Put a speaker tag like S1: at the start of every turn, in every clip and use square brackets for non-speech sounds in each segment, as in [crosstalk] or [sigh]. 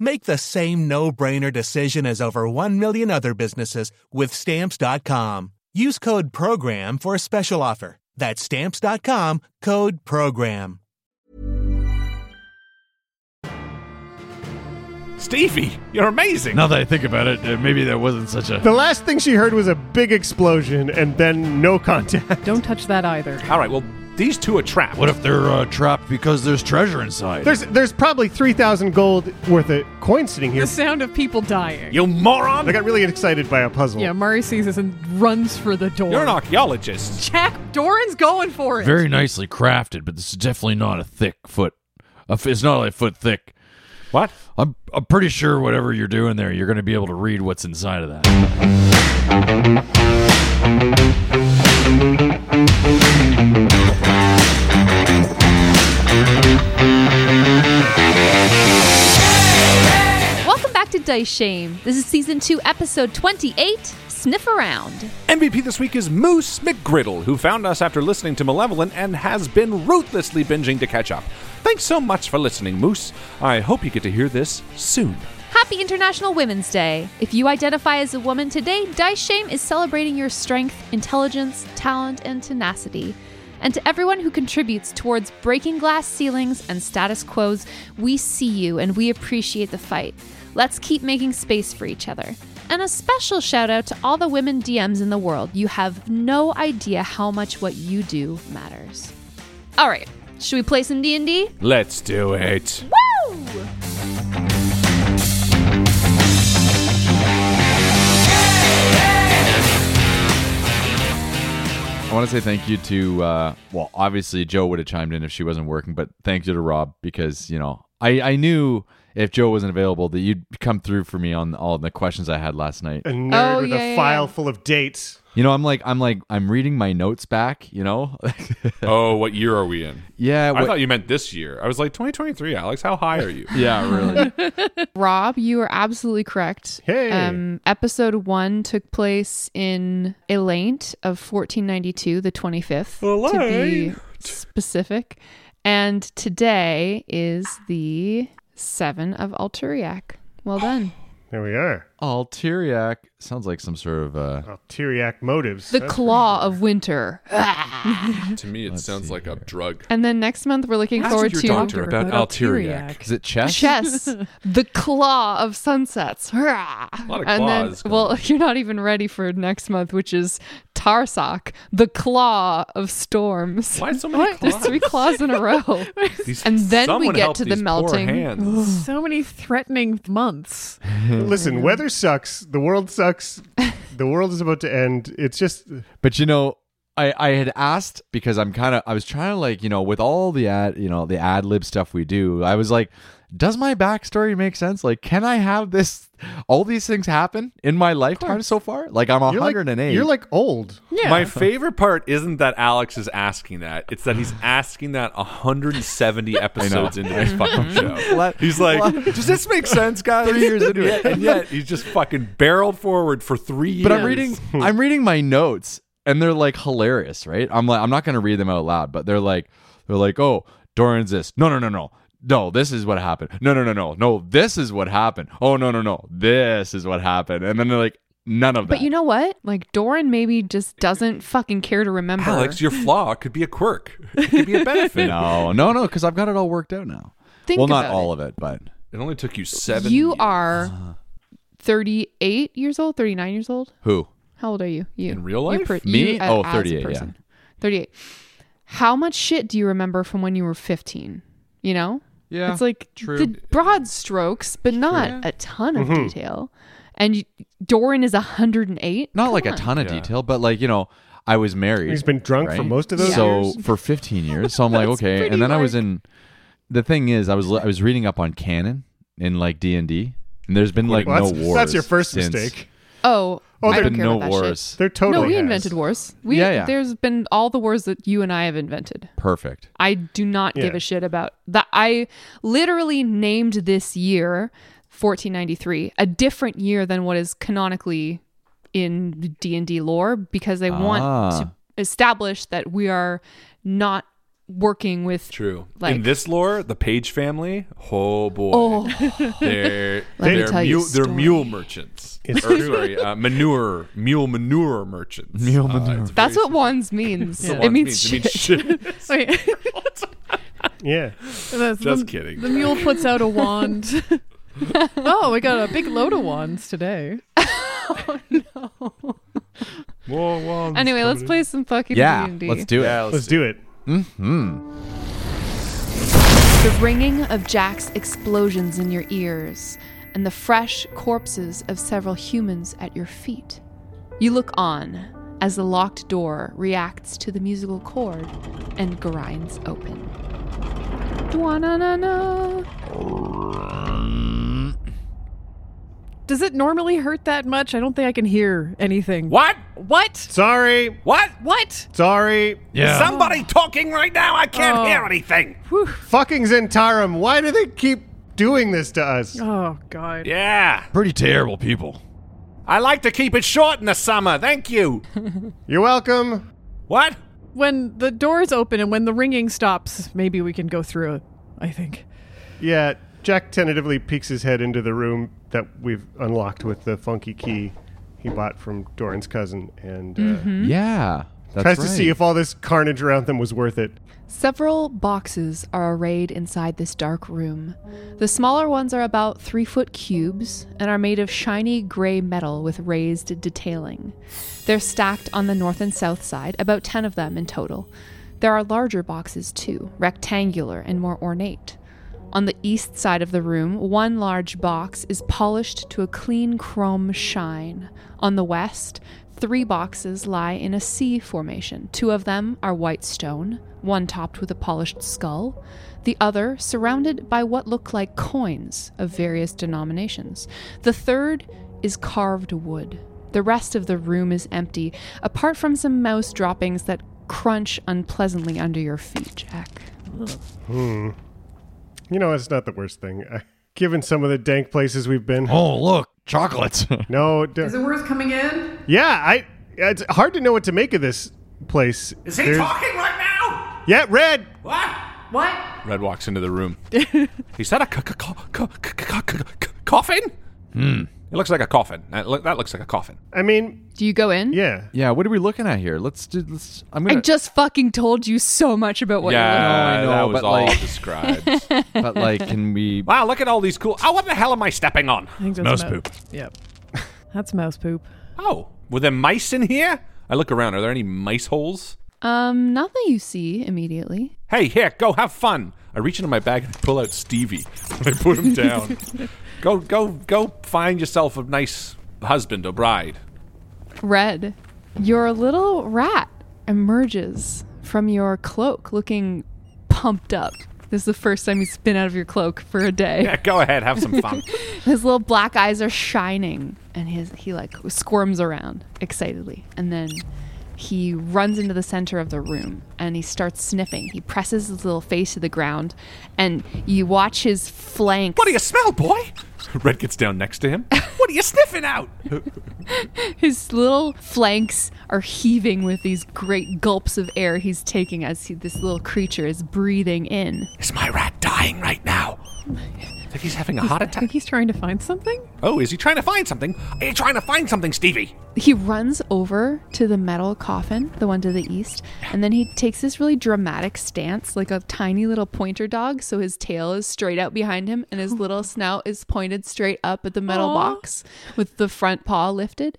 S1: Make the same no brainer decision as over 1 million other businesses with stamps.com. Use code PROGRAM for a special offer. That's stamps.com code PROGRAM.
S2: Stevie, you're amazing.
S3: Now that I think about it, uh, maybe that wasn't such a.
S4: The last thing she heard was a big explosion and then no contact.
S5: Don't touch that either.
S2: All right, well, these two are trapped.
S3: What if they're uh, trapped because there's treasure inside?
S4: There's there's probably 3,000 gold worth of coins sitting here.
S5: The sound of people dying.
S2: you moron?
S4: I got really excited by a puzzle.
S5: Yeah, Mari sees this and runs for the door.
S2: You're an archaeologist.
S5: Jack Doran's going for it.
S3: Very nicely crafted, but this is definitely not a thick foot. A f- It's not a foot thick.
S2: What?
S3: I'm I'm pretty sure whatever you're doing there, you're going to be able to read what's inside of that.
S6: Welcome back to Dice Shame. This is season two, episode 28 Sniff Around.
S2: MVP this week is Moose McGriddle, who found us after listening to Malevolent and has been ruthlessly binging to catch up. Thanks so much for listening, Moose. I hope you get to hear this soon.
S6: Happy International Women's Day. If you identify as a woman today, Dice Shame is celebrating your strength, intelligence, talent, and tenacity. And to everyone who contributes towards breaking glass ceilings and status quos, we see you and we appreciate the fight. Let's keep making space for each other. And a special shout out to all the women DMs in the world. You have no idea how much what you do matters. All right, should we play some D&D?
S2: Let's do it.
S6: Woo!
S3: I want to say thank you to uh, well, obviously Joe would have chimed in if she wasn't working, but thank you to Rob because you know I I knew if Joe wasn't available that you'd come through for me on all the questions I had last night.
S4: A nerd
S6: Oh,
S4: with
S6: yeah,
S4: a
S6: yeah,
S4: file
S6: yeah.
S4: full of dates.
S3: You know, I'm like, I'm like, I'm reading my notes back. You know, [laughs]
S2: oh, what year are we in?
S3: Yeah,
S2: I
S3: what-
S2: thought you meant this year. I was like 2023, Alex. How high are you?
S3: yeah, really.
S6: Rob, you are absolutely correct. Um,
S2: Hey.
S6: episode one took place in Elaint of 1492, the 25th, to be
S5: Elaint.
S6: specific. And today is the 7 of Alturiac. Well done.
S3: There we are. Alteriac sounds like some sort of uh,
S2: Oh.
S4: Tyriac motives.
S6: The
S4: That's-
S6: claw of winter.
S2: to me, it sounds like a drug.
S6: and then next month, we're looking
S2: Ask
S6: forward
S2: your
S6: to
S2: doctor about Alteriac.
S3: Is it chess?
S6: Chess, the claw of sunsets. Hurrah!
S3: lot of
S6: and then,
S3: claws
S6: well, [laughs] you're not even ready for next month, which is Tarsak, the claw of storms. Why
S2: so
S6: many [laughs] There's three claws in a row.
S2: These-
S6: and then we
S4: someone
S6: get
S4: help
S6: to the
S4: these poor
S6: melting.
S4: hands.
S5: so many threatening months.
S4: Listen, weather sucks. The world sucks. the world is about to end. It's just
S3: But you know, I I had asked because I'm kind of I was trying to like you know with all the ad you know the ad lib stuff we do. I was like, does my backstory make sense? Like, can I have this? All these things happen in my lifetime so far. Like I'm
S4: You're like-
S3: 108.
S4: you're like old.
S2: My favorite part isn't that Alex is asking that; it's that he's asking that 170 episodes into this fucking show.
S3: Let-
S2: He's like,
S3: let- does this make sense, guys?
S2: Three years into it, and yet he's just fucking barreled forward for three years.
S3: But I'm
S2: [laughs]
S3: reading I'm reading my notes and they're like hilarious, right? I'm like I'm not gonna read them out loud, but they're like they're like, oh, Doran's this. No, no, no, no. No, this is what happened. No, no, no, no. No, this is what happened. Oh no, no, no. This is what happened. And then they're like, none of that.
S6: But you know what? Like Doran maybe just doesn't fucking care to remember.
S2: Alex, your flaw could be a quirk. It
S3: [laughs]
S2: could be a benefit.
S3: no, no, no, because I've got it all worked out now.
S6: Think
S3: well, not
S6: about
S3: all of it, but
S2: it only took you seven.
S6: you
S3: Ah,
S6: are 38 years old, 39 years old.
S3: who?
S6: How old are you? You
S3: In real
S6: You
S3: life?
S6: per-
S3: Me?
S6: you a-
S3: Oh,
S6: as a
S3: 38, yeah.
S6: person. 38. How much shit do you remember from when you were 15? You know?
S3: Yeah,
S6: It's like
S3: true.
S6: the broad strokes, but not a ton of
S3: Mhm.
S6: detail. And you, Doran is 108.
S3: Not like a ton of detail, but like, you know, I was married.
S4: He's been drunk for most of those
S3: So
S4: years?
S3: for 15
S6: [laughs]
S3: years. So I'm like,
S4: That's
S3: okay.
S4: pretty
S3: And then I was in the thing is, I was I was reading up on canon in like D&D, and there's been like
S4: Well,
S3: no
S4: that's-
S3: wars.
S4: that's your first
S3: since-
S4: mistake.
S6: Oh,
S3: Oh,
S6: I
S3: there-
S6: don't care
S3: no
S6: about that
S3: wars.
S6: shit.
S3: There totally
S6: No, we
S3: has.
S6: invented wars. We,
S3: Yeah, yeah.
S6: There's been all the wars that you and I have invented.
S3: Perfect.
S6: I do not give
S3: Yeah.
S6: a shit about that. I literally named this year 1493 a different year than what is canonically in D and D lore because I want
S2: Ah.
S6: to establish that we are not working with
S2: True.
S6: like
S2: in this lore, the Page family, oh boy,
S6: Oh.
S2: they're
S6: Let me
S2: they're,
S6: tell you a
S2: mule, they're
S6: story.
S2: mule merchants.
S4: It's
S2: or,
S4: true.
S2: sorry, uh, manure mule manure merchants. Mule manure.
S6: that's what wands means.
S2: That's what
S6: It
S2: wands
S6: means
S2: means. It means
S6: shit.
S5: [laughs]
S2: [laughs]
S6: Wait.
S4: yeah.
S5: That's
S2: Just
S5: the-
S2: kidding.
S5: The mule puts out a wand.
S2: [laughs]
S5: [laughs] oh, we got a big load of wands today.
S2: More wands.
S6: Anyway, let's play some fucking
S3: Yeah,
S6: D&D.
S3: let's do it.
S4: let's, do it.
S3: hmm
S6: The ringing of Jack's explosions in your ears, and the fresh corpses of several humans at your feet. You look on as the locked door reacts to the musical chord and grinds open. Dwananana.
S5: Does it normally hurt that much? I don't think I can hear anything.
S2: What?
S5: What?
S4: Sorry.
S2: What?
S5: What?
S4: Sorry.
S2: Yeah. Somebody talking right now. I can't
S5: Oh.
S2: hear anything.
S4: Fucking Zentarum. Why do they keep doing this to us?
S5: Oh God.
S2: Yeah.
S3: Pretty terrible people.
S2: I like to keep it short in the summer. Thank you.
S4: You're welcome.
S2: What?
S5: When the doors open and when the ringing stops, maybe we can go through it. I think.
S4: Yeah. Jack tentatively peeks his head into the room that we've unlocked with the funky key he bought from Doran's cousin and uh,
S6: Mhm.
S3: Yeah. That's
S4: tries to
S3: right.
S4: see if all this carnage around them was worth it.
S6: Several boxes are arrayed inside this dark room. The smaller ones are about three foot cubes and are made of shiny gray metal with raised detailing. They're stacked on the north and south side, about 10 of them in total. There are larger boxes too, rectangular and more ornate. On the east side of the room, one large box is polished to a clean chrome shine. On the west, three boxes lie in a C formation. Two of them are white stone, one topped with a polished skull, the other surrounded by what look like coins of various denominations. The third is carved wood. The rest of the room is empty, apart from some mouse droppings that crunch unpleasantly under your feet, Jack.
S4: Hmm. You know, it's not the worst thing. [laughs] Uh, given some of the dank places we've been.
S3: Oh, look,
S2: [laughs]
S3: chocolates.
S4: no. d-
S7: Is it worth coming in?
S4: Yeah, I. It's hard to know what to make of this place.
S7: Is he
S4: There's-
S7: talking right now?
S4: Yeah, Red.
S7: What? What?
S2: Red walks into
S6: [laughs]
S2: the room. Is that a c- c- co- co- c- c- c- c- coffin? Hmm. It looks like a coffin. That loo- that looks like a coffin.
S4: I mean,
S6: do you go in?
S4: Yeah.
S3: Yeah. What are we looking at here? Let's do. Let's. I'm
S6: I
S3: gonna.
S6: just fucking told you so much about what
S2: yeah,
S6: you're
S3: know,
S2: that was
S3: Uh, but,
S2: all
S3: like-
S2: described.
S3: but like, can we?
S2: Wow, look at all these cool. Oh, what the hell am I stepping on?
S5: I think that's mou- Yep. That's mouse poop.
S2: Oh, were there mice in here? I look around. Are there any mice holes?
S6: Um, not that you see immediately.
S2: Hey, here, go have fun. I reach into my bag and pull out Stevie. [laughs] I put
S6: [laughs]
S2: him down. go, go, go! Find yourself a nice husband or bride.
S6: Red, your little rat emerges from your cloak looking pumped up. This is the first time he's been out of your cloak for a day.
S2: Yeah, go ahead, have some fun.
S6: [laughs] his little black eyes are shining and his he like squirms around excitedly and then he runs into the center of the room and he starts sniffing. He presses his little face to the ground and you watch his flank. What
S2: do you smell, boy? Red gets down next to him. [laughs] What are you sniffing out?
S6: His little flanks are heaving with these great gulps of air he's taking as he, this little creature is breathing in.
S2: Is my rat dying right now? Like he's having a heart
S5: I
S2: attack.
S5: think he's trying to find something.
S2: Oh, is he trying to find something? Are you trying to find something, Stevie?
S6: He runs over to the metal coffin, the one to the east, and then he takes this really dramatic stance, like a tiny little pointer dog. So his tail is straight out behind him, and his little snout is pointed straight up at the metal
S5: Aw.
S6: box with the front paw lifted.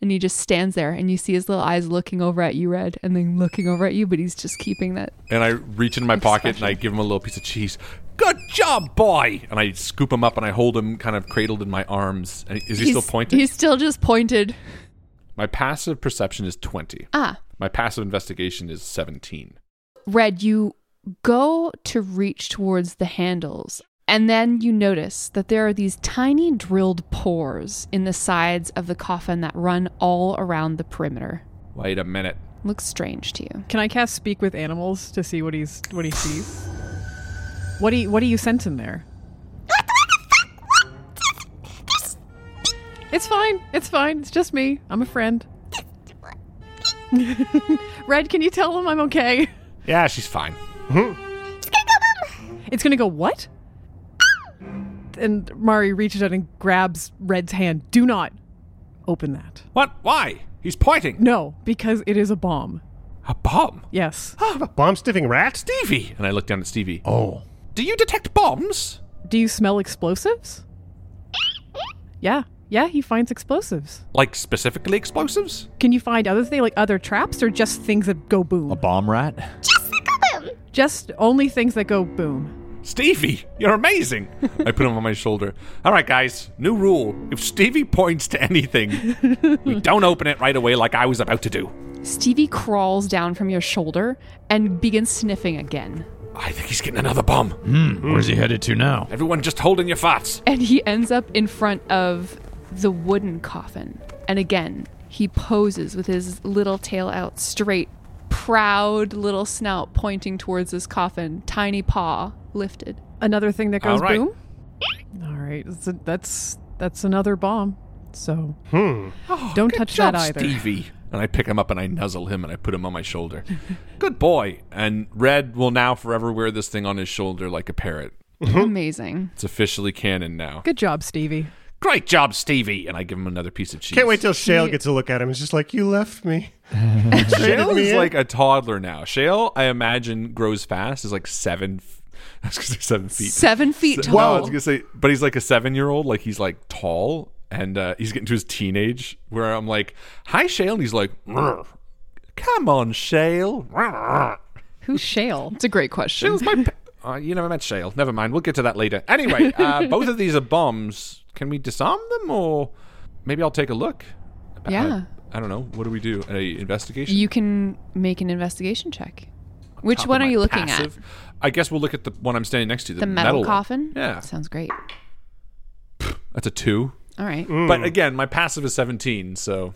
S6: And he just stands there, and you see his little eyes looking over at you, Red, and then looking over at you, but he's just keeping that
S2: And I reach into my pocket and I give him a little piece of cheese. Good job, boy! And I scoop him up and I hold him kind of cradled in my arms. And Is he still
S6: He's-
S2: pointing?
S6: He's still just pointed.
S2: My passive perception is 20.
S6: Ah.
S2: My passive investigation is 17.
S6: Red, you go to reach towards the handles, and then you notice that there are these tiny drilled pores in the sides of the coffin that run all around the perimeter.
S2: Wait a minute.
S6: Looks strange to you.
S5: Can I cast speak with animals to see what he's what he sees? What do you, what do you sense in there? It's fine. It's fine. It's just me. I'm a friend. Red, can you tell him I'm okay?
S2: Yeah, she's fine.
S5: It's gonna go what? And Mari reaches out and grabs Red's hand. Do not open that.
S2: What? Why? He's pointing.
S5: No, because it is a bomb.
S2: A bomb? [gasps]
S5: Yes.
S4: bomb sniffing rat?
S2: Stevie! And I look down at Stevie.
S3: Oh.
S2: Do you detect bombs?
S5: Do you smell explosives? Yeah. Yeah, he finds explosives.
S2: Like specifically explosives?
S5: Can you find other things like other traps or just things that go boom? A
S3: bomb rat?
S5: Just only things that go boom.
S2: Stevie, you're amazing! [laughs] I put him on my shoulder. All right, guys, new rule. If Stevie points to
S5: [laughs]
S2: anything, we don't open it right away like I was about to do.
S6: Stevie crawls down from your shoulder and begins sniffing again.
S2: I think he's getting another bomb.
S3: Hmm. Where's he headed to now?
S2: Everyone just holding your farts.
S6: And he ends up in front of the wooden coffin. And again, he poses with his little tail out straight, proud little snout pointing towards this coffin, tiny paw lifted.
S5: Another thing that goes
S6: All right.
S5: boom. All right, that's that's that's another bomb. So
S2: Hmm.
S5: don't
S2: Good
S5: touch
S2: job,
S5: that either.
S2: Stevie. And I pick him up and I nuzzle him and I put him on my shoulder. Good boy. And Red will now forever wear this thing on his shoulder like a parrot.
S6: Amazing.
S2: It's officially canon now.
S5: Good job, Stevie.
S2: Great job, Stevie. And I give him another piece of cheese.
S4: Can't wait till Shale gets a look at him. It's just like, you left
S3: [laughs]
S4: me. Traded
S2: Shale
S4: me
S2: is
S4: in.
S2: like a toddler now. Shale, I imagine, grows fast. Is like seven. f- [laughs] I was gonna say seven feet.
S6: Seven feet
S2: Se-
S6: tall.
S2: No, I was gonna say, but he's like a seven-year-old. Like he's like tall, and uh, he's getting to his teenage. Where I'm like, "Hi, Shale," and he's like, "Rrr. "Come on, Shale." Rrr.
S6: Who's Shale? It's a great question.
S2: Shale's my. Pa- uh, you never met Shale. Never mind. We'll get to that later. Anyway, uh, both of these are bombs. Can we disarm them, or maybe I'll take a look? Uh,
S6: Yeah.
S2: I don't know. What do we do? A investigation?
S6: You can make an investigation check. Which
S2: top of
S6: one are
S2: my
S6: you looking
S2: passive. I guess we'll look at the one I'm standing next to.
S6: at?
S2: The,
S6: The metal,
S2: one.
S6: coffin?
S2: Yeah,
S6: Sounds great.
S2: that's a two.
S5: All right.
S2: But again, my passive is 17, so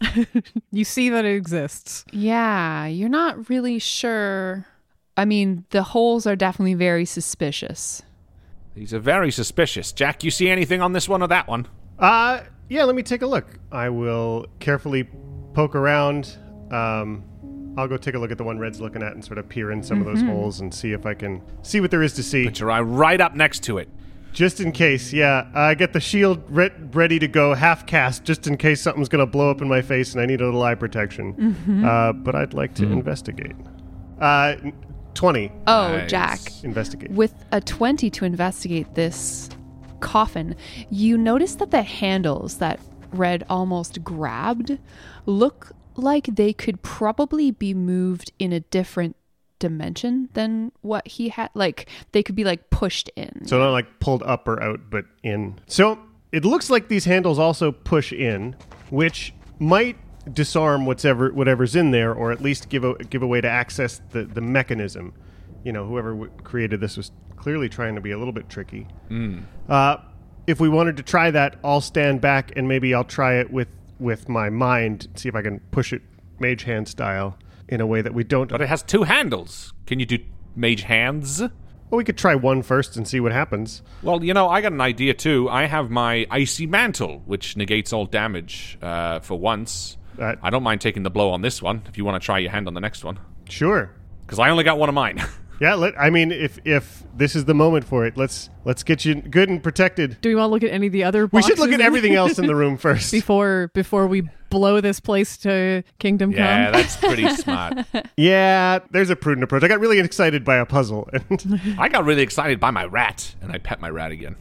S5: You see that it exists.
S6: Yeah, you're not really sure. I mean, the holes are definitely very suspicious.
S2: these are very suspicious. Jack, you see anything on this one or that one?
S4: Uh, yeah, let me take a look. I will carefully poke around. Um, I'll go take a look at the one Red's looking at and sort of peer in some of those
S2: Mhm.
S4: holes and see if I can see what there is to see. Put
S2: your eye right up next to it.
S4: Just in case, yeah. I get the shield re- ready to go, half cast, just in case something's going to blow up in my face and I need a little eye protection.
S6: Mhm.
S4: Uh, but I'd like to
S6: Mhm.
S4: investigate. Uh, n- 20.
S6: Oh, Jack.
S4: Investigate.
S6: With a 20 to investigate this coffin, you notice that the handles that Red almost grabbed look like they could probably be moved in a different dimension than what he had. Like, they could be like pushed in.
S4: So not like pulled up or out, but in. So it looks like these handles also push in, which might disarm whatever whatever's in there, or at least give a, give a way to access the the mechanism. You know, whoever w- created this was clearly trying to be a little bit tricky.
S2: Mm.
S4: Uh, if we wanted to try that, I'll stand back and maybe I'll try it with with my mind, see if I can push it mage hand style in a way that we don't.
S2: But it has two handles. Can you do mage hands?
S4: Well, we could try one first and see what happens.
S2: Well, you know, I got an idea too. I have my icy mantle, which negates all damage uh, for once. I don't mind taking the blow on this one if you want to try your hand on the next one.
S4: Sure.
S2: Because I only got one of mine. [laughs]
S4: Yeah, let, I mean, if if this is the moment for it, let's let's get you good and protected.
S5: Do we want to look at any of the other?
S4: We should look
S5: boxes
S4: at
S5: in-
S4: everything else in the
S5: [laughs]
S4: room first.
S5: before before we blow this place to kingdom
S4: Yeah,
S5: come.
S6: [laughs]
S2: that's pretty smart.
S4: Yeah, there's a prudent approach. I got really excited by a puzzle. And
S2: [laughs] I got really excited by my rat, and I pet my rat again.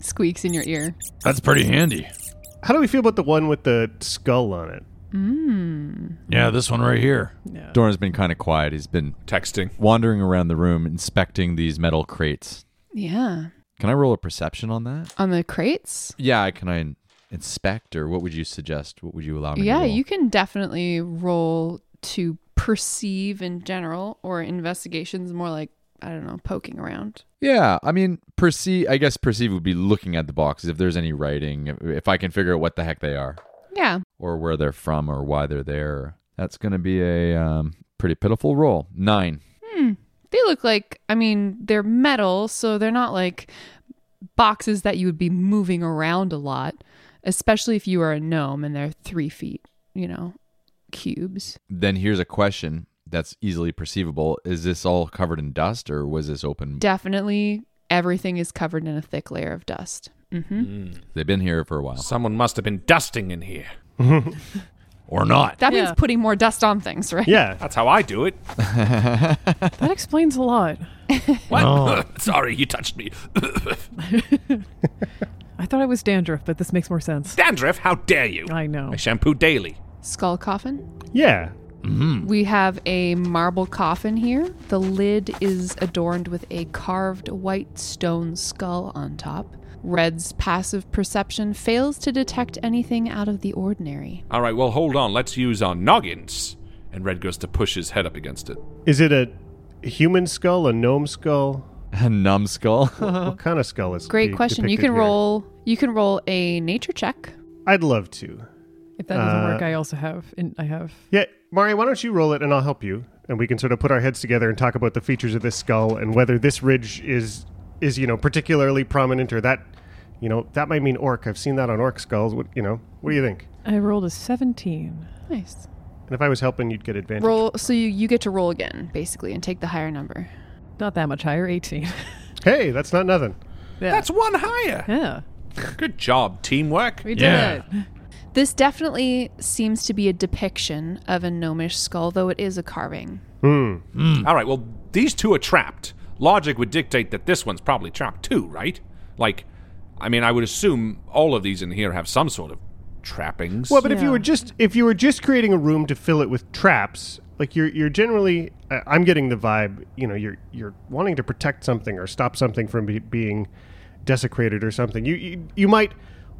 S6: Squeaks in your ear.
S3: That's pretty handy.
S4: How do we feel about the one with the skull on it?
S6: Mm.
S3: Yeah, this one right here. Doran's been kind of quiet. He's been
S2: texting,
S3: wandering around the room, inspecting these metal crates.
S6: Yeah.
S3: Can I roll a perception on that?
S6: On the crates?
S3: Yeah, can I in- inspect or what would you suggest? What would you allow me to
S6: yeah,
S3: roll?
S6: you can definitely roll to perceive in general or investigations more like, I don't know, poking around.
S3: Yeah, I mean, perceive. I guess perceive would be looking at the boxes if there's any writing, if, if I can figure out what the heck they are,
S6: Yeah.
S3: or where they're from, or why they're there. That's going to be a um, pretty pitiful roll. Nine.
S6: Hmm. They look like, I mean, they're metal, so they're not like boxes that you would be moving around a lot, especially if you are a gnome and they're three feet, you know, cubes.
S3: Then here's a question that's easily perceivable: Is this all covered in dust, or was this open?
S6: Definitely everything is covered in a thick layer of dust. hmm
S3: They've been here for a while.
S2: Someone must have been dusting in here.
S3: or not.
S6: That means putting more dust on things, right?
S2: That's how I do it.
S5: that explains a lot.
S2: What?
S5: Oh.
S2: [laughs] Sorry, you touched me.
S5: I thought it was dandruff, but this makes more sense.
S2: Dandruff, how dare you?
S5: I know.
S2: I shampoo daily.
S6: Skull coffin.
S4: Yeah.
S2: Mm-hmm.
S6: We have a marble coffin here. The lid is adorned with a carved white stone skull on top. Red's passive perception fails to detect anything out of the ordinary.
S2: All right, well, hold on. Let's use our noggins. And Red goes to push his head up against it.
S4: Is it a human skull, a gnome skull,
S3: a numbskull?
S4: what, what kind of skull is?
S6: Great
S4: be-
S6: question. You
S4: depicted
S6: can
S4: here?
S6: roll you can roll a nature check.
S4: I'd love to.
S5: If that doesn't work,
S4: Uh,
S5: I also have. In, I have.
S4: Yeah, Mari, why don't you roll it and I'll help you, and we can sort of put our heads together and talk about the features of this skull and whether this ridge is is you know particularly prominent or that you know that might mean orc. I've seen that on orc skulls. What you know? What do you think?
S5: I rolled a seventeen.
S6: Nice.
S4: And if I was helping, you'd get advantage.
S6: Roll so you, you get to roll again, basically, and take the higher number.
S5: Not that much higher, eighteen.
S4: Hey, that's not nothing.
S2: That's one higher.
S5: Yeah.
S2: Good job, teamwork.
S5: We did Yeah. it.
S6: This definitely seems to be a depiction of a gnomish skull, though it is a carving.
S2: All right, well, these two are trapped. Logic would dictate that this one's probably trapped too, right? Like, I mean, I would assume all of these in here have some sort of trappings.
S4: Well, but if you were just if you were just creating a room to fill it with traps, like you're you're generally, uh, I'm getting the vibe. You know, you're you're wanting to protect something or stop something from be, being desecrated or something. You, you you might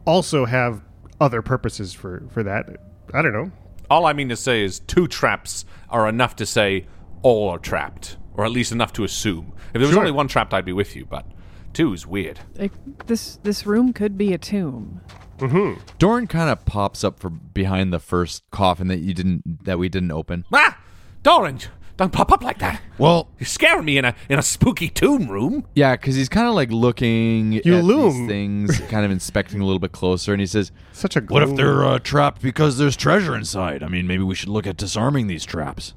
S4: also have other purposes for for that. I don't know.
S2: All I mean to say is two traps are enough to say all are trapped, or at least enough to assume. If there was
S4: Sure.
S2: only one trapped, I'd be with you, but Two's weird.
S5: Like this this room could be a tomb.
S3: Mm-hmm. Dorn kind of pops up from behind the first coffin that you didn't that we didn't open.
S2: Ah! Doran, don't pop up like that.
S3: Well,
S2: You're scaring me in a in a spooky tomb room.
S3: yeah, because he's kind of like looking
S2: You
S3: at
S2: loom.
S4: [laughs]
S3: these things, kind of inspecting a little bit closer, and he says,
S4: "Such a
S8: What if they're
S3: gloom.
S8: uh, trapped because there's treasure inside? I mean, maybe we should look at disarming these traps.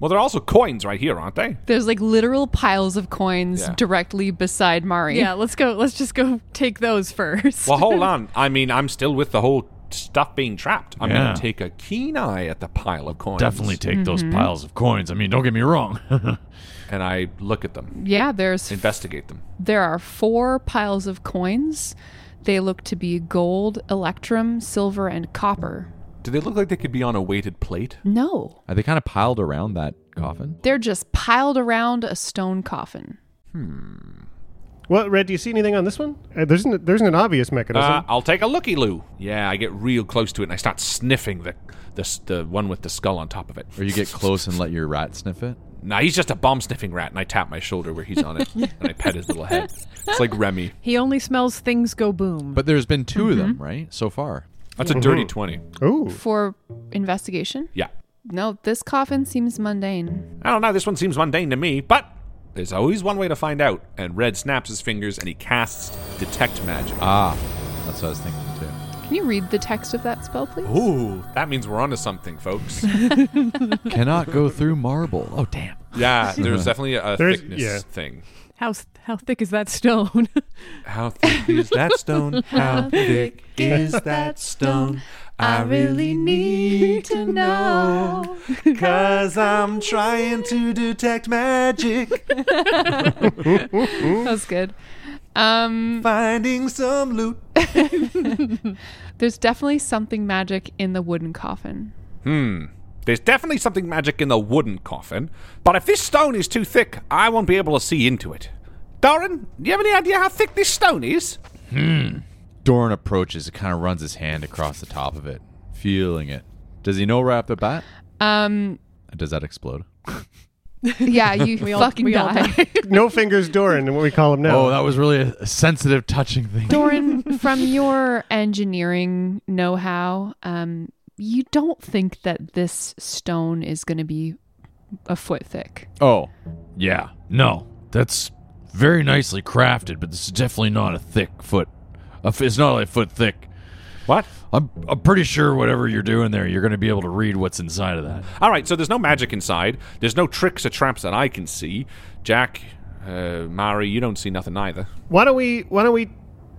S2: Well, they're also coins right here, aren't they?
S6: There's like literal piles of coins
S2: Yeah.
S6: directly beside Mari.
S5: Yeah, let's go. Let's just go take those first. [laughs]
S2: Well, hold on. I mean, I'm still with the whole stuff being trapped. I'm
S8: Yeah.
S2: going to take a keen eye at the pile of coins.
S8: Definitely take those
S6: Mm-hmm.
S8: Mhm. piles of coins. I mean, don't get me wrong. [laughs]
S2: and I look at them.
S6: Yeah, there's
S2: Investigate them.
S6: There are four piles of coins. They look to be gold, electrum, silver, and copper.
S2: Do they look like they could be on a weighted plate?
S6: No,
S3: "Are they kind of piled around that coffin?"
S6: they're just piled around a stone coffin.
S4: Well, Red, do you see anything on this one? Uh, there's an, there's an obvious mechanism.
S2: Uh, I'll take a looky loo. Yeah, I get real close to it and I start sniffing the, the s- the one with the skull on top of it.
S3: Or you get close and let your rat sniff it.
S2: Nah, he's just a bomb sniffing rat, and I tap my shoulder where he's on it,
S5: [laughs]
S2: and I pet his little head. It's like Remy.
S5: He only smells things go boom. Mm-hmm.
S3: But there's been 2 of them, right, so far.
S2: That's a dirty twenty.
S4: Ooh.
S6: For investigation?
S2: Yeah.
S6: No, this coffin seems mundane.
S2: I don't know. This one seems mundane to me, but there's always one way to find out. And Red snaps his fingers and he casts detect magic.
S3: Ah, that's what I was thinking too.
S6: Can you read the text of that spell, please?
S2: Oh. Ooh, that means we're onto something, [laughs] folks.
S3: Cannot go through marble. Oh damn.
S2: yeah, there's definitely a
S3: There's-
S2: thickness
S3: yeah.
S2: thing.
S5: How s- how thick is that stone?
S2: How thick is that stone? How thick is that stone? I really need to know. Cause I'm trying to detect magic.
S6: that was good. Um,
S2: Finding some loot.
S6: [laughs] There's definitely something magic in the wooden coffin.
S2: Hmm. There's definitely something magic in the wooden coffin, but if this stone is too thick, I won't be able to see into it. Doran, do you have any idea how thick this stone is?
S3: Hmm. Dorn approaches and kind of runs his hand across the top of it, feeling it. Does he know right off the bat?
S6: Um,
S3: Does that explode?
S6: yeah, you
S5: [laughs] We all-
S6: fucking
S5: we all
S6: die.
S4: no fingers, Doran, and what we call him now.
S3: Oh, that was really a sensitive, touching thing.
S6: Doran, from your engineering know how, um, you don't think that this stone is going to be a foot thick.
S3: Oh,
S8: yeah. No, that's very nicely crafted, but this is definitely not a thick foot. A f- It's not a foot thick.
S2: What?
S8: I'm, I'm pretty sure whatever you're doing there, you're going to be able to read what's inside of that.
S2: All right, so there's no magic inside. There's no tricks or traps that I can see. Jack, uh, Mari, you don't see nothing either.
S4: Why don't we Why don't we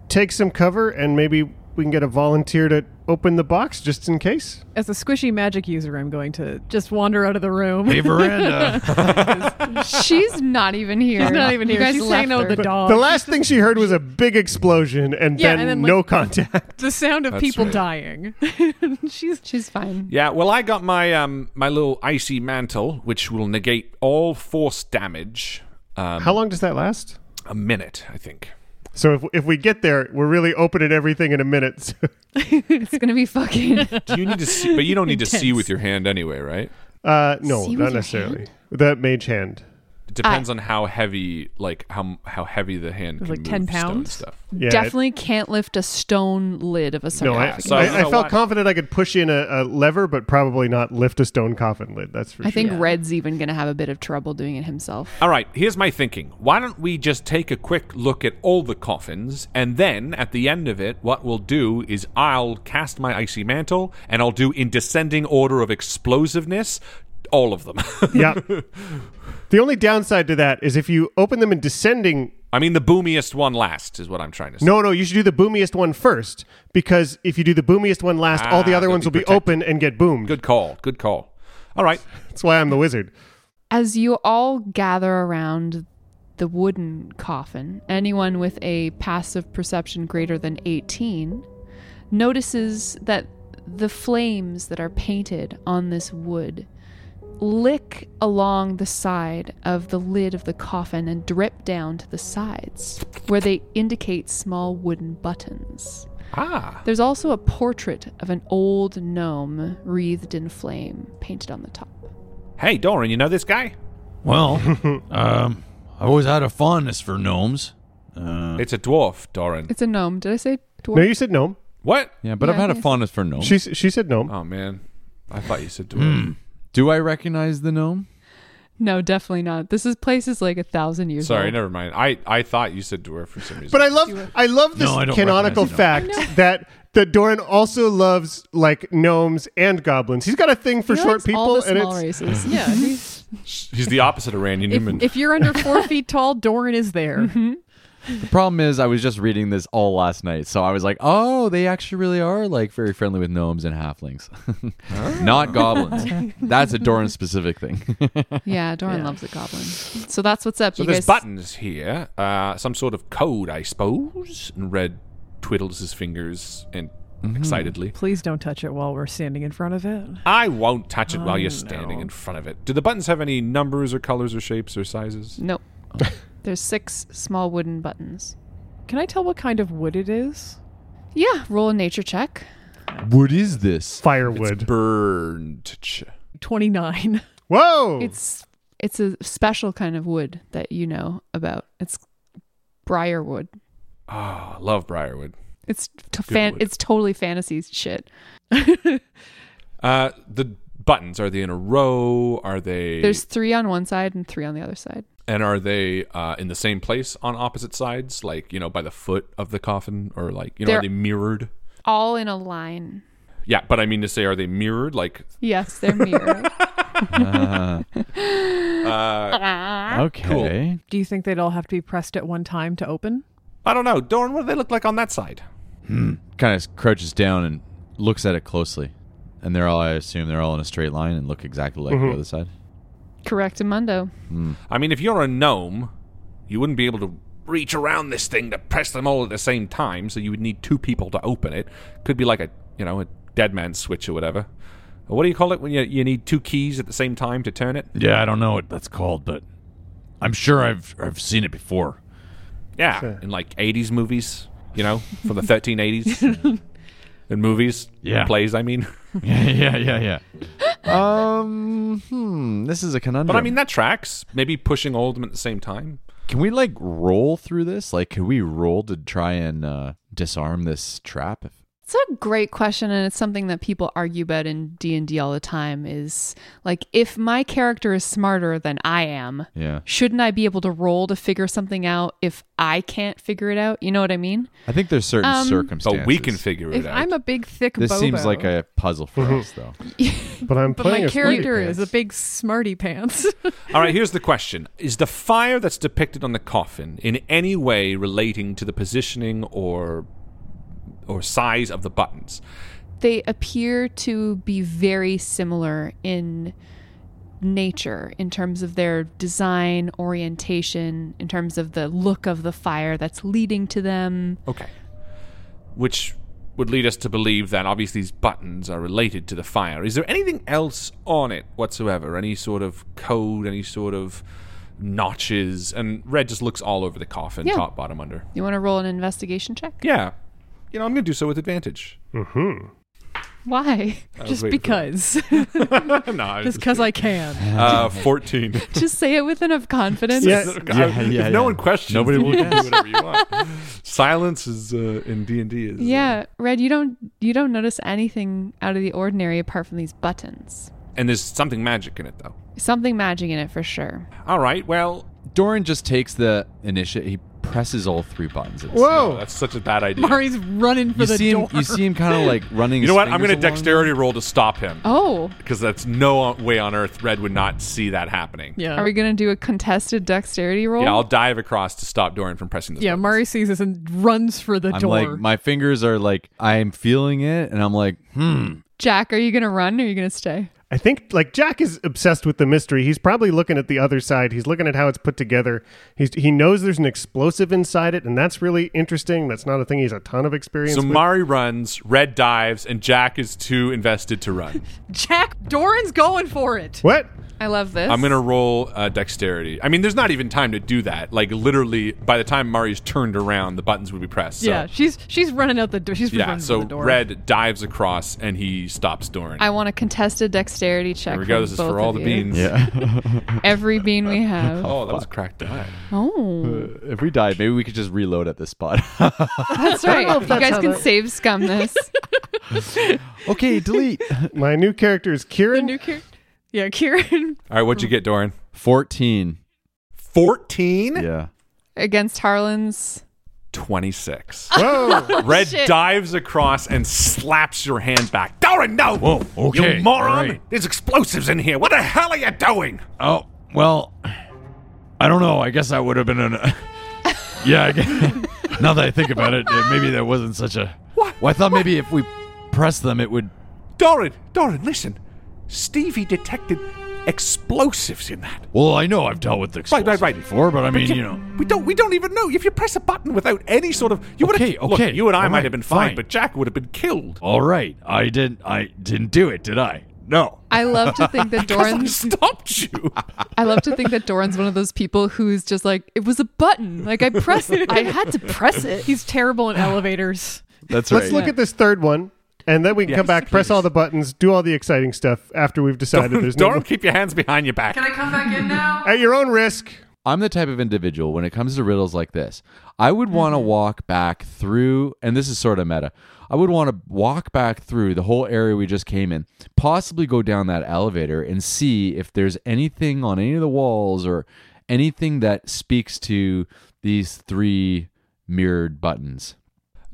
S4: take some cover and maybe we can get a volunteer to open the box just in case.
S5: As a squishy magic user, I'm going to just wander out of the room.
S4: Hey,
S5: [laughs]
S4: Veranda.
S6: She's not even here.
S5: She's not even
S6: You
S5: here.
S6: guys
S5: She's
S6: left
S5: saying no to
S6: her.
S5: the dog.
S4: The last thing she heard was a big explosion and
S5: Yeah,
S4: then,
S5: and then, like-
S4: no contact.
S5: the sound of
S2: That's
S5: people
S2: right.
S5: dying. [laughs] she's
S6: she's fine.
S2: Yeah, well, I got my um my little icy mantle, which will negate all force damage. Um,
S4: How long does that last?
S2: A minute, I think.
S4: So if, if we get there, we're really opening everything in a minute. [laughs] So-
S6: it's going to be fucking.
S2: [laughs] Do you need to see? But you don't need to see with your hand anyway, right?
S4: uh, no,
S6: See with your
S4: not necessarily. That mage hand.
S2: It depends on how heavy, like how how heavy the hand can
S4: Like
S2: move
S4: 10
S2: stone
S4: pounds?
S2: stuff.
S4: Yeah, it-
S6: Definitely can't lift a stone lid of a
S4: No, I,
S6: sarcophagus.
S2: So,
S4: I,
S2: you
S4: I
S2: know
S4: felt
S2: what?
S4: confident I could push in a, a lever, but probably not lift a stone coffin lid. That's
S6: I
S4: for sure.
S6: think Red's even going to have a bit of trouble doing it himself.
S2: All right, here's my thinking. Why don't we just take a quick look at all the coffins, and then at the end of it, what we'll do is I'll cast my icy mantle, and I'll do in descending order of explosiveness, all of them. [laughs]
S4: yeah. The only downside to that is if you open them in descending.
S2: I mean, the boomiest one last is what I'm trying to say.
S4: No, no, you should do the boomiest one first because if you do the boomiest one last, all the
S2: Ah,
S4: other
S2: they'll
S4: ones
S2: be
S4: will be open and get boomed.
S2: Good call. Good call. All right.
S4: That's why I'm the wizard.
S6: As you all gather around the wooden coffin, anyone with a passive perception greater than 18 notices that the flames that are painted on this wood lick along the side of the lid of the coffin and drip down to the sides, where they indicate small wooden buttons.
S2: Ah.
S6: There's also a portrait of an old gnome wreathed in flame painted on the top.
S3: [laughs]
S2: Hey, Doran, you know this guy?
S8: Well, um, I've always had a fondness for gnomes.
S2: Uh, it's a dwarf, Doran.
S6: It's a gnome. Did I say dwarf?
S4: No, you said gnome.
S2: What?
S3: Yeah, but I've
S6: Yeah,
S3: had a
S6: yeah.
S3: fondness for gnome.
S4: She she said gnome.
S2: Oh man, I thought you said
S3: Hmm. Do I recognize the gnome?
S6: No, definitely not. This is place is like a thousand years
S2: Sorry,
S6: old.
S2: never mind. I, I thought you said dwarf for some reason.
S4: But I love I love this
S2: No, I don't
S4: canonical
S2: recognize
S4: fact that that Doran also loves like gnomes and goblins. He's got a thing for
S6: He
S4: short
S6: likes all
S4: people
S6: the
S4: and
S6: small
S4: it's [laughs]
S6: races.
S3: [laughs]
S6: Yeah, he-
S2: He's the opposite of Randy Newman.
S5: If you're under
S2: [laughs]
S5: four feet tall, Doran is there.
S3: [laughs] The problem is, I was just reading this all last night, so I was like, "Oh, they actually really are like very friendly with gnomes and halflings, [laughs]
S5: [laughs]
S3: not goblins." That's a Doran specific thing.
S6: Yeah, Doran loves a goblin. So that's what's up.
S2: so
S6: you
S2: there's
S6: guys
S2: buttons here, uh, some sort of code, I suppose. And Red twiddles his fingers and excitedly.
S5: Please don't touch it while we're standing in front of it.
S2: I won't touch it while
S5: Oh,
S2: you're standing in front of it. Do the buttons have any numbers or colors or shapes or sizes? [laughs]
S6: Nope. There's six small wooden buttons.
S5: Can I tell what kind of wood it is?
S6: Yeah, roll a nature check.
S3: What is this?
S4: Firewood.
S2: burned. Ch-
S5: 29.
S4: Whoa!
S6: It's it's a special kind of wood that you know about. It's briar wood.
S2: Ah, love Briarwood.
S6: It's t-
S2: Good
S6: fan-
S2: wood.
S6: it's totally fantasy shit.
S2: Uh, the buttons are they in a row? Are they
S6: There's three on one side and three on the other side.
S2: and are they uh, in the same place on opposite sides? Like you know, by the foot of the coffin, or like you know, are
S6: They're-
S2: they mirrored?
S6: All in a line.
S2: Yeah, but I mean to say, are they mirrored? Like
S6: Yes, they're
S2: [laughs]
S6: mirrored.
S2: uh, cool.
S5: Do you think they'd all have to be pressed at one time to open?
S2: I don't know, Doran. What do they look like on that side?
S3: Kind of crouches down and looks at it closely, and they're all, I assume, they're all in a straight line and look exactly like
S2: Mhm.
S3: the other side.
S6: Correct, Amundo.
S2: I mean, if you're a gnome, you wouldn't be able to reach around this thing to press them all at the same time, so you would need two people to open it. Could be like a, you know, a dead man's switch or whatever. What do you call it when you, you need two keys at the same time to turn it?
S8: Yeah, I don't know what that's called, but I'm sure I've I've seen it before.
S2: Yeah,
S8: Sure.
S2: in like 80s movies, you know, from
S3: [laughs]
S2: the 1380s. in movies,
S3: Yeah.
S2: plays,
S8: [laughs]
S2: I mean.
S3: yeah, yeah, yeah. Um, hmm, this is a conundrum.
S2: But I mean, that tracks. Maybe pushing all of them at the same time.
S3: Can we like roll through this? Like, can we roll to try and uh, disarm this trap?
S6: It's a great question, and it's something that people argue about in D and D all the time. Is like, if my character is smarter than I am,
S3: Yeah.
S6: shouldn't I be able to roll to figure something out if I can't figure it out? You know what I mean?
S3: I think there's certain
S6: Um,
S3: circumstances.
S2: But we can figure it
S5: If
S2: out.
S5: I'm a big, thick
S3: This
S5: bobo,
S3: seems
S6: [laughs]
S3: like a puzzle for us, though.
S4: but
S5: [laughs]
S4: I'm
S5: but my character is a big smarty pants.
S2: All right, here's the question. Is the fire that's depicted on the coffin in any way relating to the positioning or or size of the buttons?
S6: They appear to be very similar in nature, in terms of their design, orientation, in terms of the look of the fire that's leading to them.
S2: Okay. Which would lead us to believe that obviously these buttons are related to the fire. Is there anything else on it whatsoever? Any sort of code, any sort of notches? And Red just looks all over the coffin,
S6: Yeah.
S2: top, bottom, under.
S6: You want to roll an investigation check?
S2: Yeah. You know, I'm going to do so with advantage. Mm-hmm.
S6: Why? [laughs]
S2: I was
S5: Just
S2: waiting for
S5: because.
S2: [laughs] no, I was
S5: just because I can.
S2: Uh, [laughs] 14.
S6: Just say it with enough confidence.
S2: I- if no one questions.
S3: Nobody
S2: you
S3: will
S2: can do
S3: guess.
S2: whatever you want. Silence is uh, in D and D is.
S6: Yeah, Red, you don't you don't notice anything out of the ordinary apart from these buttons.
S2: And there's something magic in it though.
S6: Something magic in it for sure.
S2: All right. Well,
S3: Doran just takes the initiative. He presses all three buttons. It's-
S2: Whoa. that's such a bad idea.
S5: Mari's running for
S3: You
S5: the
S3: see him.
S5: door.
S3: You see him kind of like running.
S2: You know
S3: his
S2: what? I'm
S3: fingers
S2: going to
S3: along.
S2: dexterity roll to stop him.
S6: Oh.
S2: Because that's no way on earth Red would not see that happening.
S5: Yeah.
S6: Are we gonna do a contested dexterity roll?
S2: Yeah, I'll dive across to stop Dorian from pressing this.
S5: Yeah, Mari sees this and runs for the
S3: I'm
S5: door.
S3: like my fingers are like I'm feeling it, and I'm like, hmm.
S6: Jack, are you gonna run or are you gonna stay?
S4: I think like Jack is obsessed with the mystery. He's probably looking at the other side. He's looking at how it's put together. He's he knows there's an explosive inside it, and that's really interesting. That's not a thing he's a ton of experience.
S2: So
S4: with.
S3: [laughs]
S2: Mari runs, Red dives, and Jack is too invested to run.
S5: Jack Doran's going for it.
S4: What?
S6: I love this.
S2: I'm gonna roll uh, dexterity. I mean, there's not even time to do that. Like literally, by the time Mari's turned around, the buttons would be pressed. So.
S5: Yeah, she's she's running out the door. She's
S2: yeah.
S5: running
S2: So
S5: out the door.
S2: Red dives across and he stops Doran.
S6: I want a contested dexterity check.
S2: Here we go.
S6: from
S2: This is for
S6: both
S2: all
S6: of
S2: the
S6: you.
S2: beans.
S6: Every bean we
S2: [laughs]
S6: have.
S2: oh, that was a
S5: [laughs]
S2: cracked die.
S6: Oh.
S3: If we died, maybe we could just reload at this spot. [laughs]
S6: That's right. You guys can save scum this.
S3: okay, delete.
S4: My new character is Kieran.
S5: new character. Yeah, Kieran
S2: All right, what'd you get, Doran?
S3: [laughs] Fourteen.
S2: Fourteen.
S3: Yeah.
S6: against Harlan's.
S2: 26.
S6: [laughs] Whoa.
S2: Red
S6: Shit.
S2: dives across and slaps your hand back. Doran, no! Whoa,
S8: okay,
S2: You moron!
S8: all right.
S2: There's explosives in here. What the hell are you doing?
S8: Oh, well, I don't know. I guess I would have been an. [laughs] yeah, I guess, [laughs] now that I think about it, uh, maybe that wasn't such a. What? Well, I thought maybe if we pressed them, it would.
S2: Doran, Doran, listen. Stevie detected explosives in that.
S8: Well, I know I've dealt with explosives
S2: right, right.
S8: before, but I mean, you know.
S2: We don't we don't even know. If you press a button without any sort of you would
S8: Okay,
S2: have look,
S8: okay,
S2: you and I
S8: all
S2: might
S8: right,
S2: have been fine,
S8: fine.
S2: but Jack would have been killed.
S8: All right, I didn't. I didn't do it, did I? No.
S2: [laughs]
S6: I love to
S8: [laughs]
S6: think that Doran's
S2: stopped you.
S6: I love to think that Doran's one of those people who's just like, it was a button. Like I pressed it. I had to press it.
S5: He's terrible in
S8: [sighs]
S5: elevators.
S3: That's
S4: Let's look at this third one, and then we can
S2: Yes,
S4: come back, press all the buttons, do all the exciting stuff after we've decided
S2: Doran,
S4: there's no.
S2: Doran, keep your hands behind your back.
S7: Can I come back in now?
S4: At your own risk.
S3: I'm the type of individual when it comes to riddles like this, I would want to walk back through, and this is sort of meta. I would want to walk back through the whole area we just came in, possibly go down that elevator and see if there's anything on any of the walls or anything that speaks to these three mirrored buttons.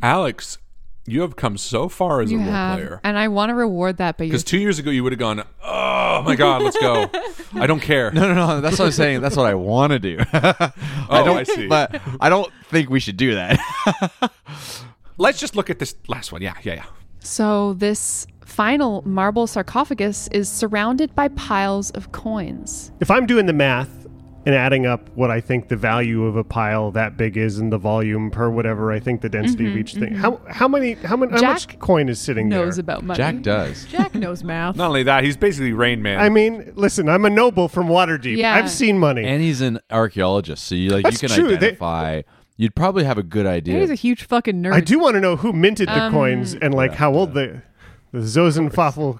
S2: Alex, you have come so far as
S6: You
S2: a role
S6: have,
S2: player.
S6: and I want to reward that, but you're
S2: Because two years ago you would have gone, oh my god,
S6: [laughs]
S2: let's go. I don't care.
S3: No, no, no. That's what I'm saying. That's what I want to do. I
S2: Oh,
S3: don't,
S2: I see.
S3: But I don't think we should do that. [laughs]
S2: Let's just look at this last one. Yeah, yeah, yeah.
S6: So, this final marble sarcophagus is surrounded by piles of coins.
S4: If I'm doing the math and adding up what I think the value of a pile that big is and the volume per whatever I think the density
S6: Mm-hmm,
S4: of each thing, how how many how many how much
S5: Jack
S4: coin is sitting
S5: knows
S4: there?
S5: about money.
S3: Jack does.
S5: Jack [laughs] knows math.
S2: [laughs] Not only that, he's basically Rain Man.
S4: I mean, listen, I'm a noble from Waterdeep.
S6: Yeah.
S4: I've seen money.
S3: And he's an archaeologist, so you like
S4: That's
S3: you can
S4: true, they-
S3: identify. You'd probably have a good idea.
S5: He's a huge fucking nerd.
S4: I do want to know who minted the coins and like how old the the Zosenfafel.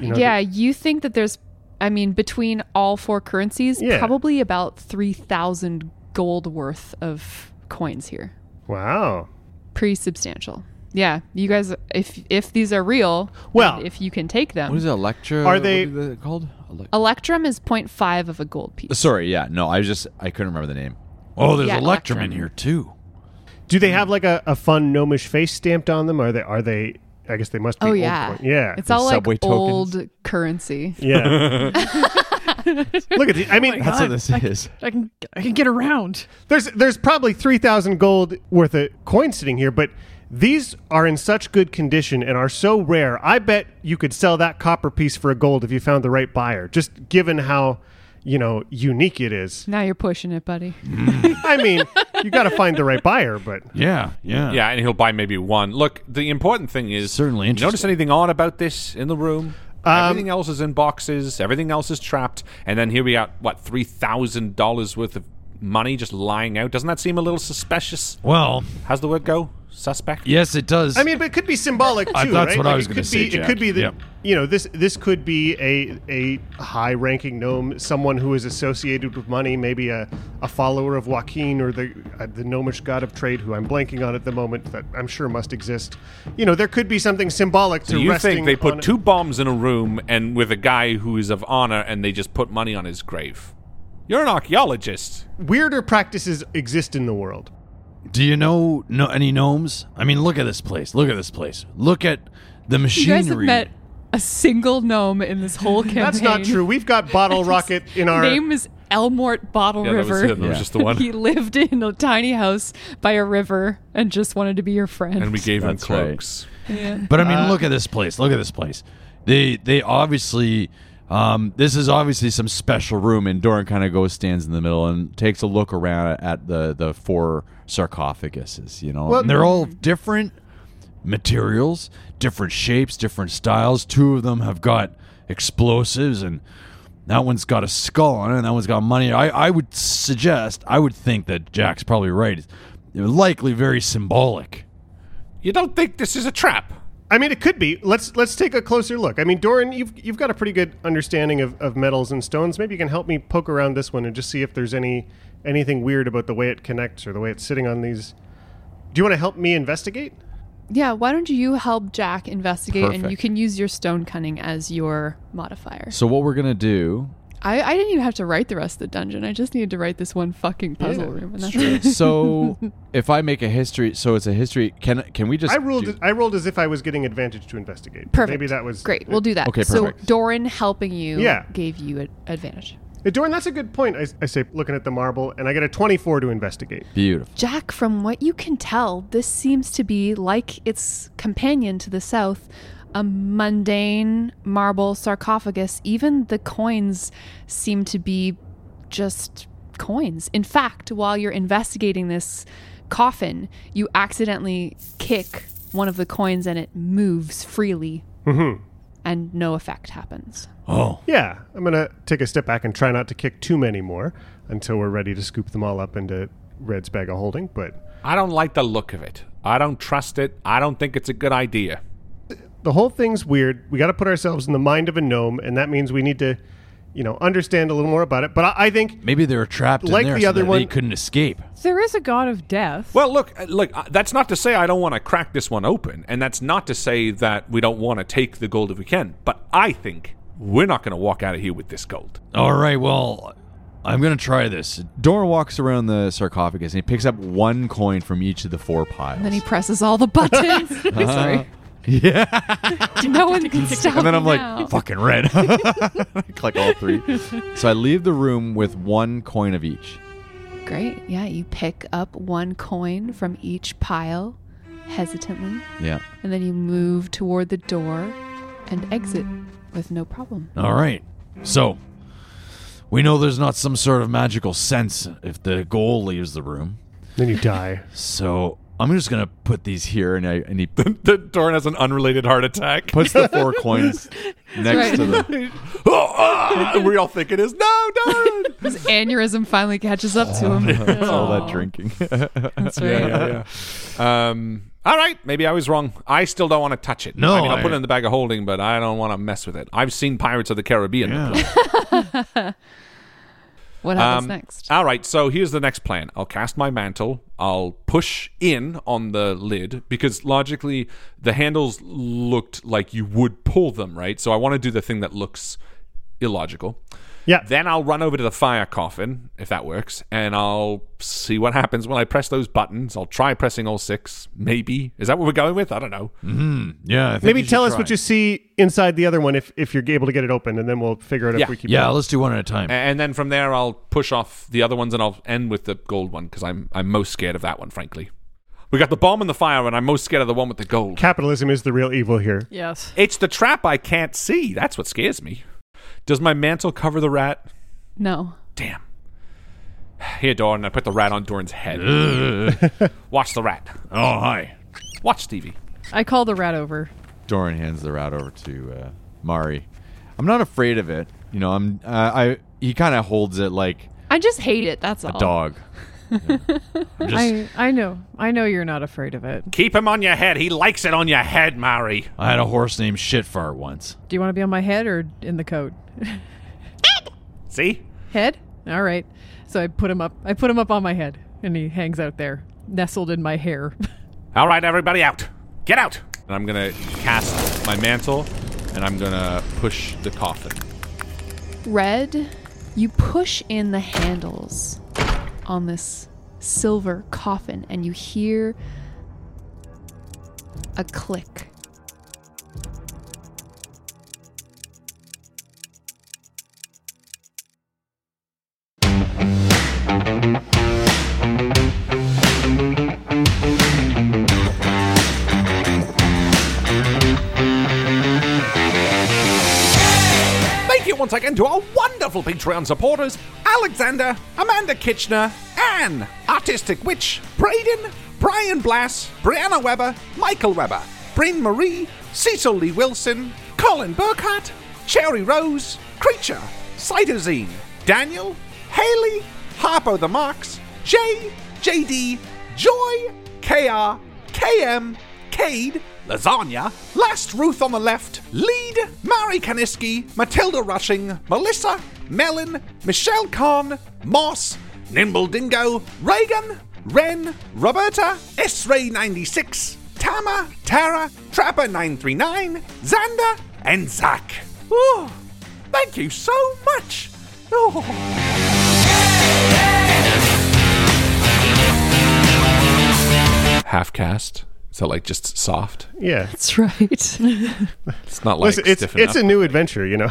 S4: You know,
S6: yeah, you think that there's, I mean, between all four currencies,
S4: Yeah.
S6: probably about 3,000 gold worth of coins here.
S4: the- wow.
S6: Pretty substantial. Yeah, you guys, if if these are real,
S4: Well-
S6: and if you can take them,
S3: what is it, Electra?
S4: Are they-
S3: what is it called? Elec-
S6: Electrum is 0.5 of a gold piece.
S3: Sorry, yeah, no, I just I couldn't remember the name.
S8: Oh, there's
S6: Yeah,
S8: electrum in
S6: Electrum.
S8: here too.
S4: Do they have like a, a fun gnomish face stamped on them? Are they are they? I guess they must be.
S6: Oh
S4: old
S6: yeah,
S4: coin- yeah.
S6: It's all like
S3: Subway tokens.
S6: old currency.
S4: yeah. Look at the. I mean,
S3: That's what this is.
S5: I can I can get around.
S4: There's there's probably three thousand gold worth of coins sitting here, but these are in such good condition and are so rare. I bet you could sell that copper piece for a gold if you found the right buyer. Just given how you know unique it is.
S6: Now you're pushing it, buddy.
S4: Mm. [laughs]
S6: [laughs]
S4: I mean, you got to find the right buyer, but
S8: [laughs] Yeah, yeah,
S2: yeah, and he'll buy maybe one. Look, the important thing is
S8: Certainly
S2: you
S8: interesting.
S2: Notice anything odd about this in the room?
S3: Um,
S2: everything else is in boxes. Everything else is trapped. And then here we got what three thousand dollars worth of money just lying out. Doesn't that seem a little suspicious?
S8: Well,
S2: How's the word go? Suspect.
S8: yes, it does.
S4: I mean, but it could be symbolic too,
S8: I- Uh, that's
S4: right?
S8: what I was
S4: it
S8: gonna
S4: could
S8: say,
S4: Be, It
S8: Jack.
S4: could be the
S8: Yep.
S4: you know this this could be a a high ranking gnome, someone who is associated with money, maybe a, a follower of Joaquin or the uh, the gnomish god of trade, who I'm blanking on at the moment, that I'm sure must exist. You know, there could be something symbolic
S2: So
S4: to
S2: you
S4: resting
S2: think they
S4: on
S2: put
S4: it.
S2: two bombs in a room and with a guy who is of honor and they just put money on his grave? You're an archaeologist.
S4: weirder practices exist in the world.
S8: do you know no, any gnomes? I mean, look at this place. Look at this place. Look at the
S6: You
S8: machinery.
S6: guys have met a single gnome in this whole campaign.
S4: That's not true. We've got
S6: [laughs]
S4: Bottle Rocket in our
S6: name is Elmort Bottle
S2: Yeah, that was
S6: River.
S2: it. That was Yeah. just the
S6: [laughs]
S2: one.
S6: he lived in a tiny house by a river and just wanted to be your friend.
S2: And we gave him
S3: That's right.
S2: cloaks.
S8: But I mean, look at this place. Look at this place. They they obviously um, this is obviously some special room, and Doran kind of goes stands in the middle and takes a look around at the the four sarcophaguses. You know,
S4: Well-
S8: and they're all different, materials, different shapes, different styles. Two of them have got explosives, and that one's got a skull on it, and that one's got money. I, I would suggest, I would think that Jack's probably right. It's likely very symbolic.
S2: You don't think this is a trap?
S4: I mean, it could be. Let's let's take a closer look. I mean, Doran, you've you've got a pretty good understanding of, of metals and stones. Maybe you can help me poke around this one and just see if there's any anything weird about the way it connects or the way it's sitting on these. Do you want to help me investigate?
S6: Yeah, why don't you help Jack investigate and you
S3: Perfect.
S6: can use your stone cunning as your modifier.
S3: So what we're gonna do?
S6: I, I didn't even have to write the rest of the dungeon. I just needed to write this one fucking puzzle room. And that's it.
S3: [laughs]
S4: [laughs]
S3: So if I make a history, so it's a history. Can can we just?
S4: I rolled
S3: do-
S4: I rolled as if I was getting advantage to investigate.
S6: Perfect.
S4: Maybe that was
S6: great. We'll do that.
S3: Okay,
S6: So
S3: perfect.
S6: Doran helping you
S4: Yeah.
S6: gave you an advantage.
S4: Hey, Doran, that's a good point. I, I say looking at the marble, and I get a twenty-four to investigate.
S3: Beautiful.
S6: Jack, from what you can tell, this seems to be like its companion to the south, a mundane marble sarcophagus. Even the coins seem to be just coins. In fact, while you're investigating this coffin, you accidentally kick one of the coins and it moves freely
S4: Mm-hmm.
S6: and no effect happens.
S8: Oh.
S4: Yeah. I'm going to take a step back and try not to kick too many more until we're ready to scoop them all up into Red's bag of holding. But
S2: I don't like the look of it. I don't trust it. I don't think it's a good idea.
S4: the whole thing's weird. We got to put ourselves in the mind of a gnome, and that means we need to, you know, understand a little more about it. But I, I think
S8: Maybe they were trapped
S4: Like
S8: in there
S4: the
S8: so
S4: other
S8: that they
S4: one-
S8: couldn't escape.
S5: There is a god of death.
S2: Well, look, uh, look. uh, That's not to say I don't want to crack this one open, and that's not to say that we don't want to take the gold if we can. But I think we're not going to walk out of here with this gold.
S8: All right, well, I'm gonna try this.
S3: Dora walks around the sarcophagus and he picks up one coin from each of the four piles.
S6: And then he presses all the
S3: [laughs]
S6: buttons. I'm sorry.
S3: Yeah.
S6: [laughs] No
S3: [laughs]
S6: one can stop
S3: Uh-huh. and then
S6: me
S3: I'm like,
S6: now.
S3: fucking red. [laughs] I Click all three. So I leave the room with one coin of each.
S6: Great. Yeah, you pick up one coin from each pile hesitantly,
S3: Yeah.
S6: and then you move toward the door and exit with no
S5: [laughs]
S6: problem.
S8: All right. So, we know there's not some sort of magical sense if the goal leaves the room.
S4: Then you die.
S8: So, I'm just going to put these here and I and he
S2: Doran has an unrelated heart attack.
S8: Puts the
S4: [laughs]
S8: four coins
S6: next to right. [laughs]
S2: them. [laughs] we all think it is. No, no.
S6: His aneurysm finally catches up to
S5: [laughs]
S6: him.
S3: It's all
S6: Aw. [laughs]
S3: that drinking.
S6: That's
S2: Yeah,
S6: right.
S2: yeah, yeah. Um, all right, maybe I was wrong. I still don't want to touch it.
S8: No,
S2: I mean I'll
S8: I-
S2: put it in the bag of holding, but I don't want to mess with it. I've seen Pirates of the Caribbean.
S6: What happens
S2: Um,
S6: next?
S2: All right, so here's the next plan. I'll cast my mantle. I'll push in on the lid because logically the handles looked like you would pull them, right? So I want to do the thing that looks illogical.
S4: Yeah.
S2: Then I'll run over to the fire coffin if that works, and I'll see what happens when I press those buttons. I'll try pressing all six. Maybe is that what we're going with? I don't know.
S8: Mm, yeah, I think
S4: maybe
S8: should
S4: tell us
S8: try.
S4: what you see inside the other one if, if you're able to get it open, and then we'll figure out
S2: Yeah.
S4: if we keep
S8: Yeah,
S4: going.
S8: let's do one at a time.
S2: A- And then from there, I'll push off the other ones, and I'll end with the gold one because I'm I'm most scared of that one, frankly. We got the bomb and the fire, and I'm most scared of the one with the gold.
S4: Capitalism is the real evil here.
S5: Yes.
S2: It's the trap I can't see. That's what scares me. Does my mantle cover the rat?
S6: No.
S2: Damn. Here, Doran. I put the rat on Doran's head.
S3: Ugh.
S2: Watch the rat.
S3: Oh, hi.
S2: Watch Stevie.
S5: I call the rat over.
S3: Doran hands the rat over to uh, Mari. I'm not afraid of it. You know, I'm. Uh, I he kind of holds it like
S6: I just hate it. That's
S3: a
S6: all.
S3: dog.
S5: I, I know. I know you're not afraid of it.
S2: Keep him on your head. He likes it on your head, Mari.
S8: I had a horse named Shitfart once.
S5: Do you want to be on my head or in the coat?
S2: See?
S5: Head? All right. So I put him up. I put him up on my head, and he hangs out there, nestled in my hair.
S2: All right, everybody out. Get out. And I'm going to cast my mantle and I'm going to push the coffin.
S6: Red, you push in the handles on this silver coffin and you hear a click.
S2: Thank you once again to our wonderful Patreon supporters Alexander, Amanda Kitchener, Anne, Artistic Witch, Braden, Brian.
S9: Brian Blass, Brianna Weber, Michael Weber, Bryn Marie, Cecil Lee Wilson, Colin Burkhardt, Cherry Rose, Creature, Cytosine, Daniel, Haley, Harpo the Marks, Jay, JD, Joy, KR, KM, Cade, Lasagna, Last Ruth on the Left, Lead, Mari Kaniski, Matilda Rushing, Melissa, Melon, Michelle Kahn, Moss, Nimble Dingo, Reagan, Ren, Roberta, S Ray 96, Tama, Tara, Trapper 939, Xander, and Zach. Whew. Thank you so much. Oh.
S2: Half cast. Is that like just soft?
S4: Yeah.
S5: [laughs] That's right.
S2: It's not like
S4: Listen, it's,
S2: stiff
S4: it's a
S2: enough.
S4: new adventure, you know?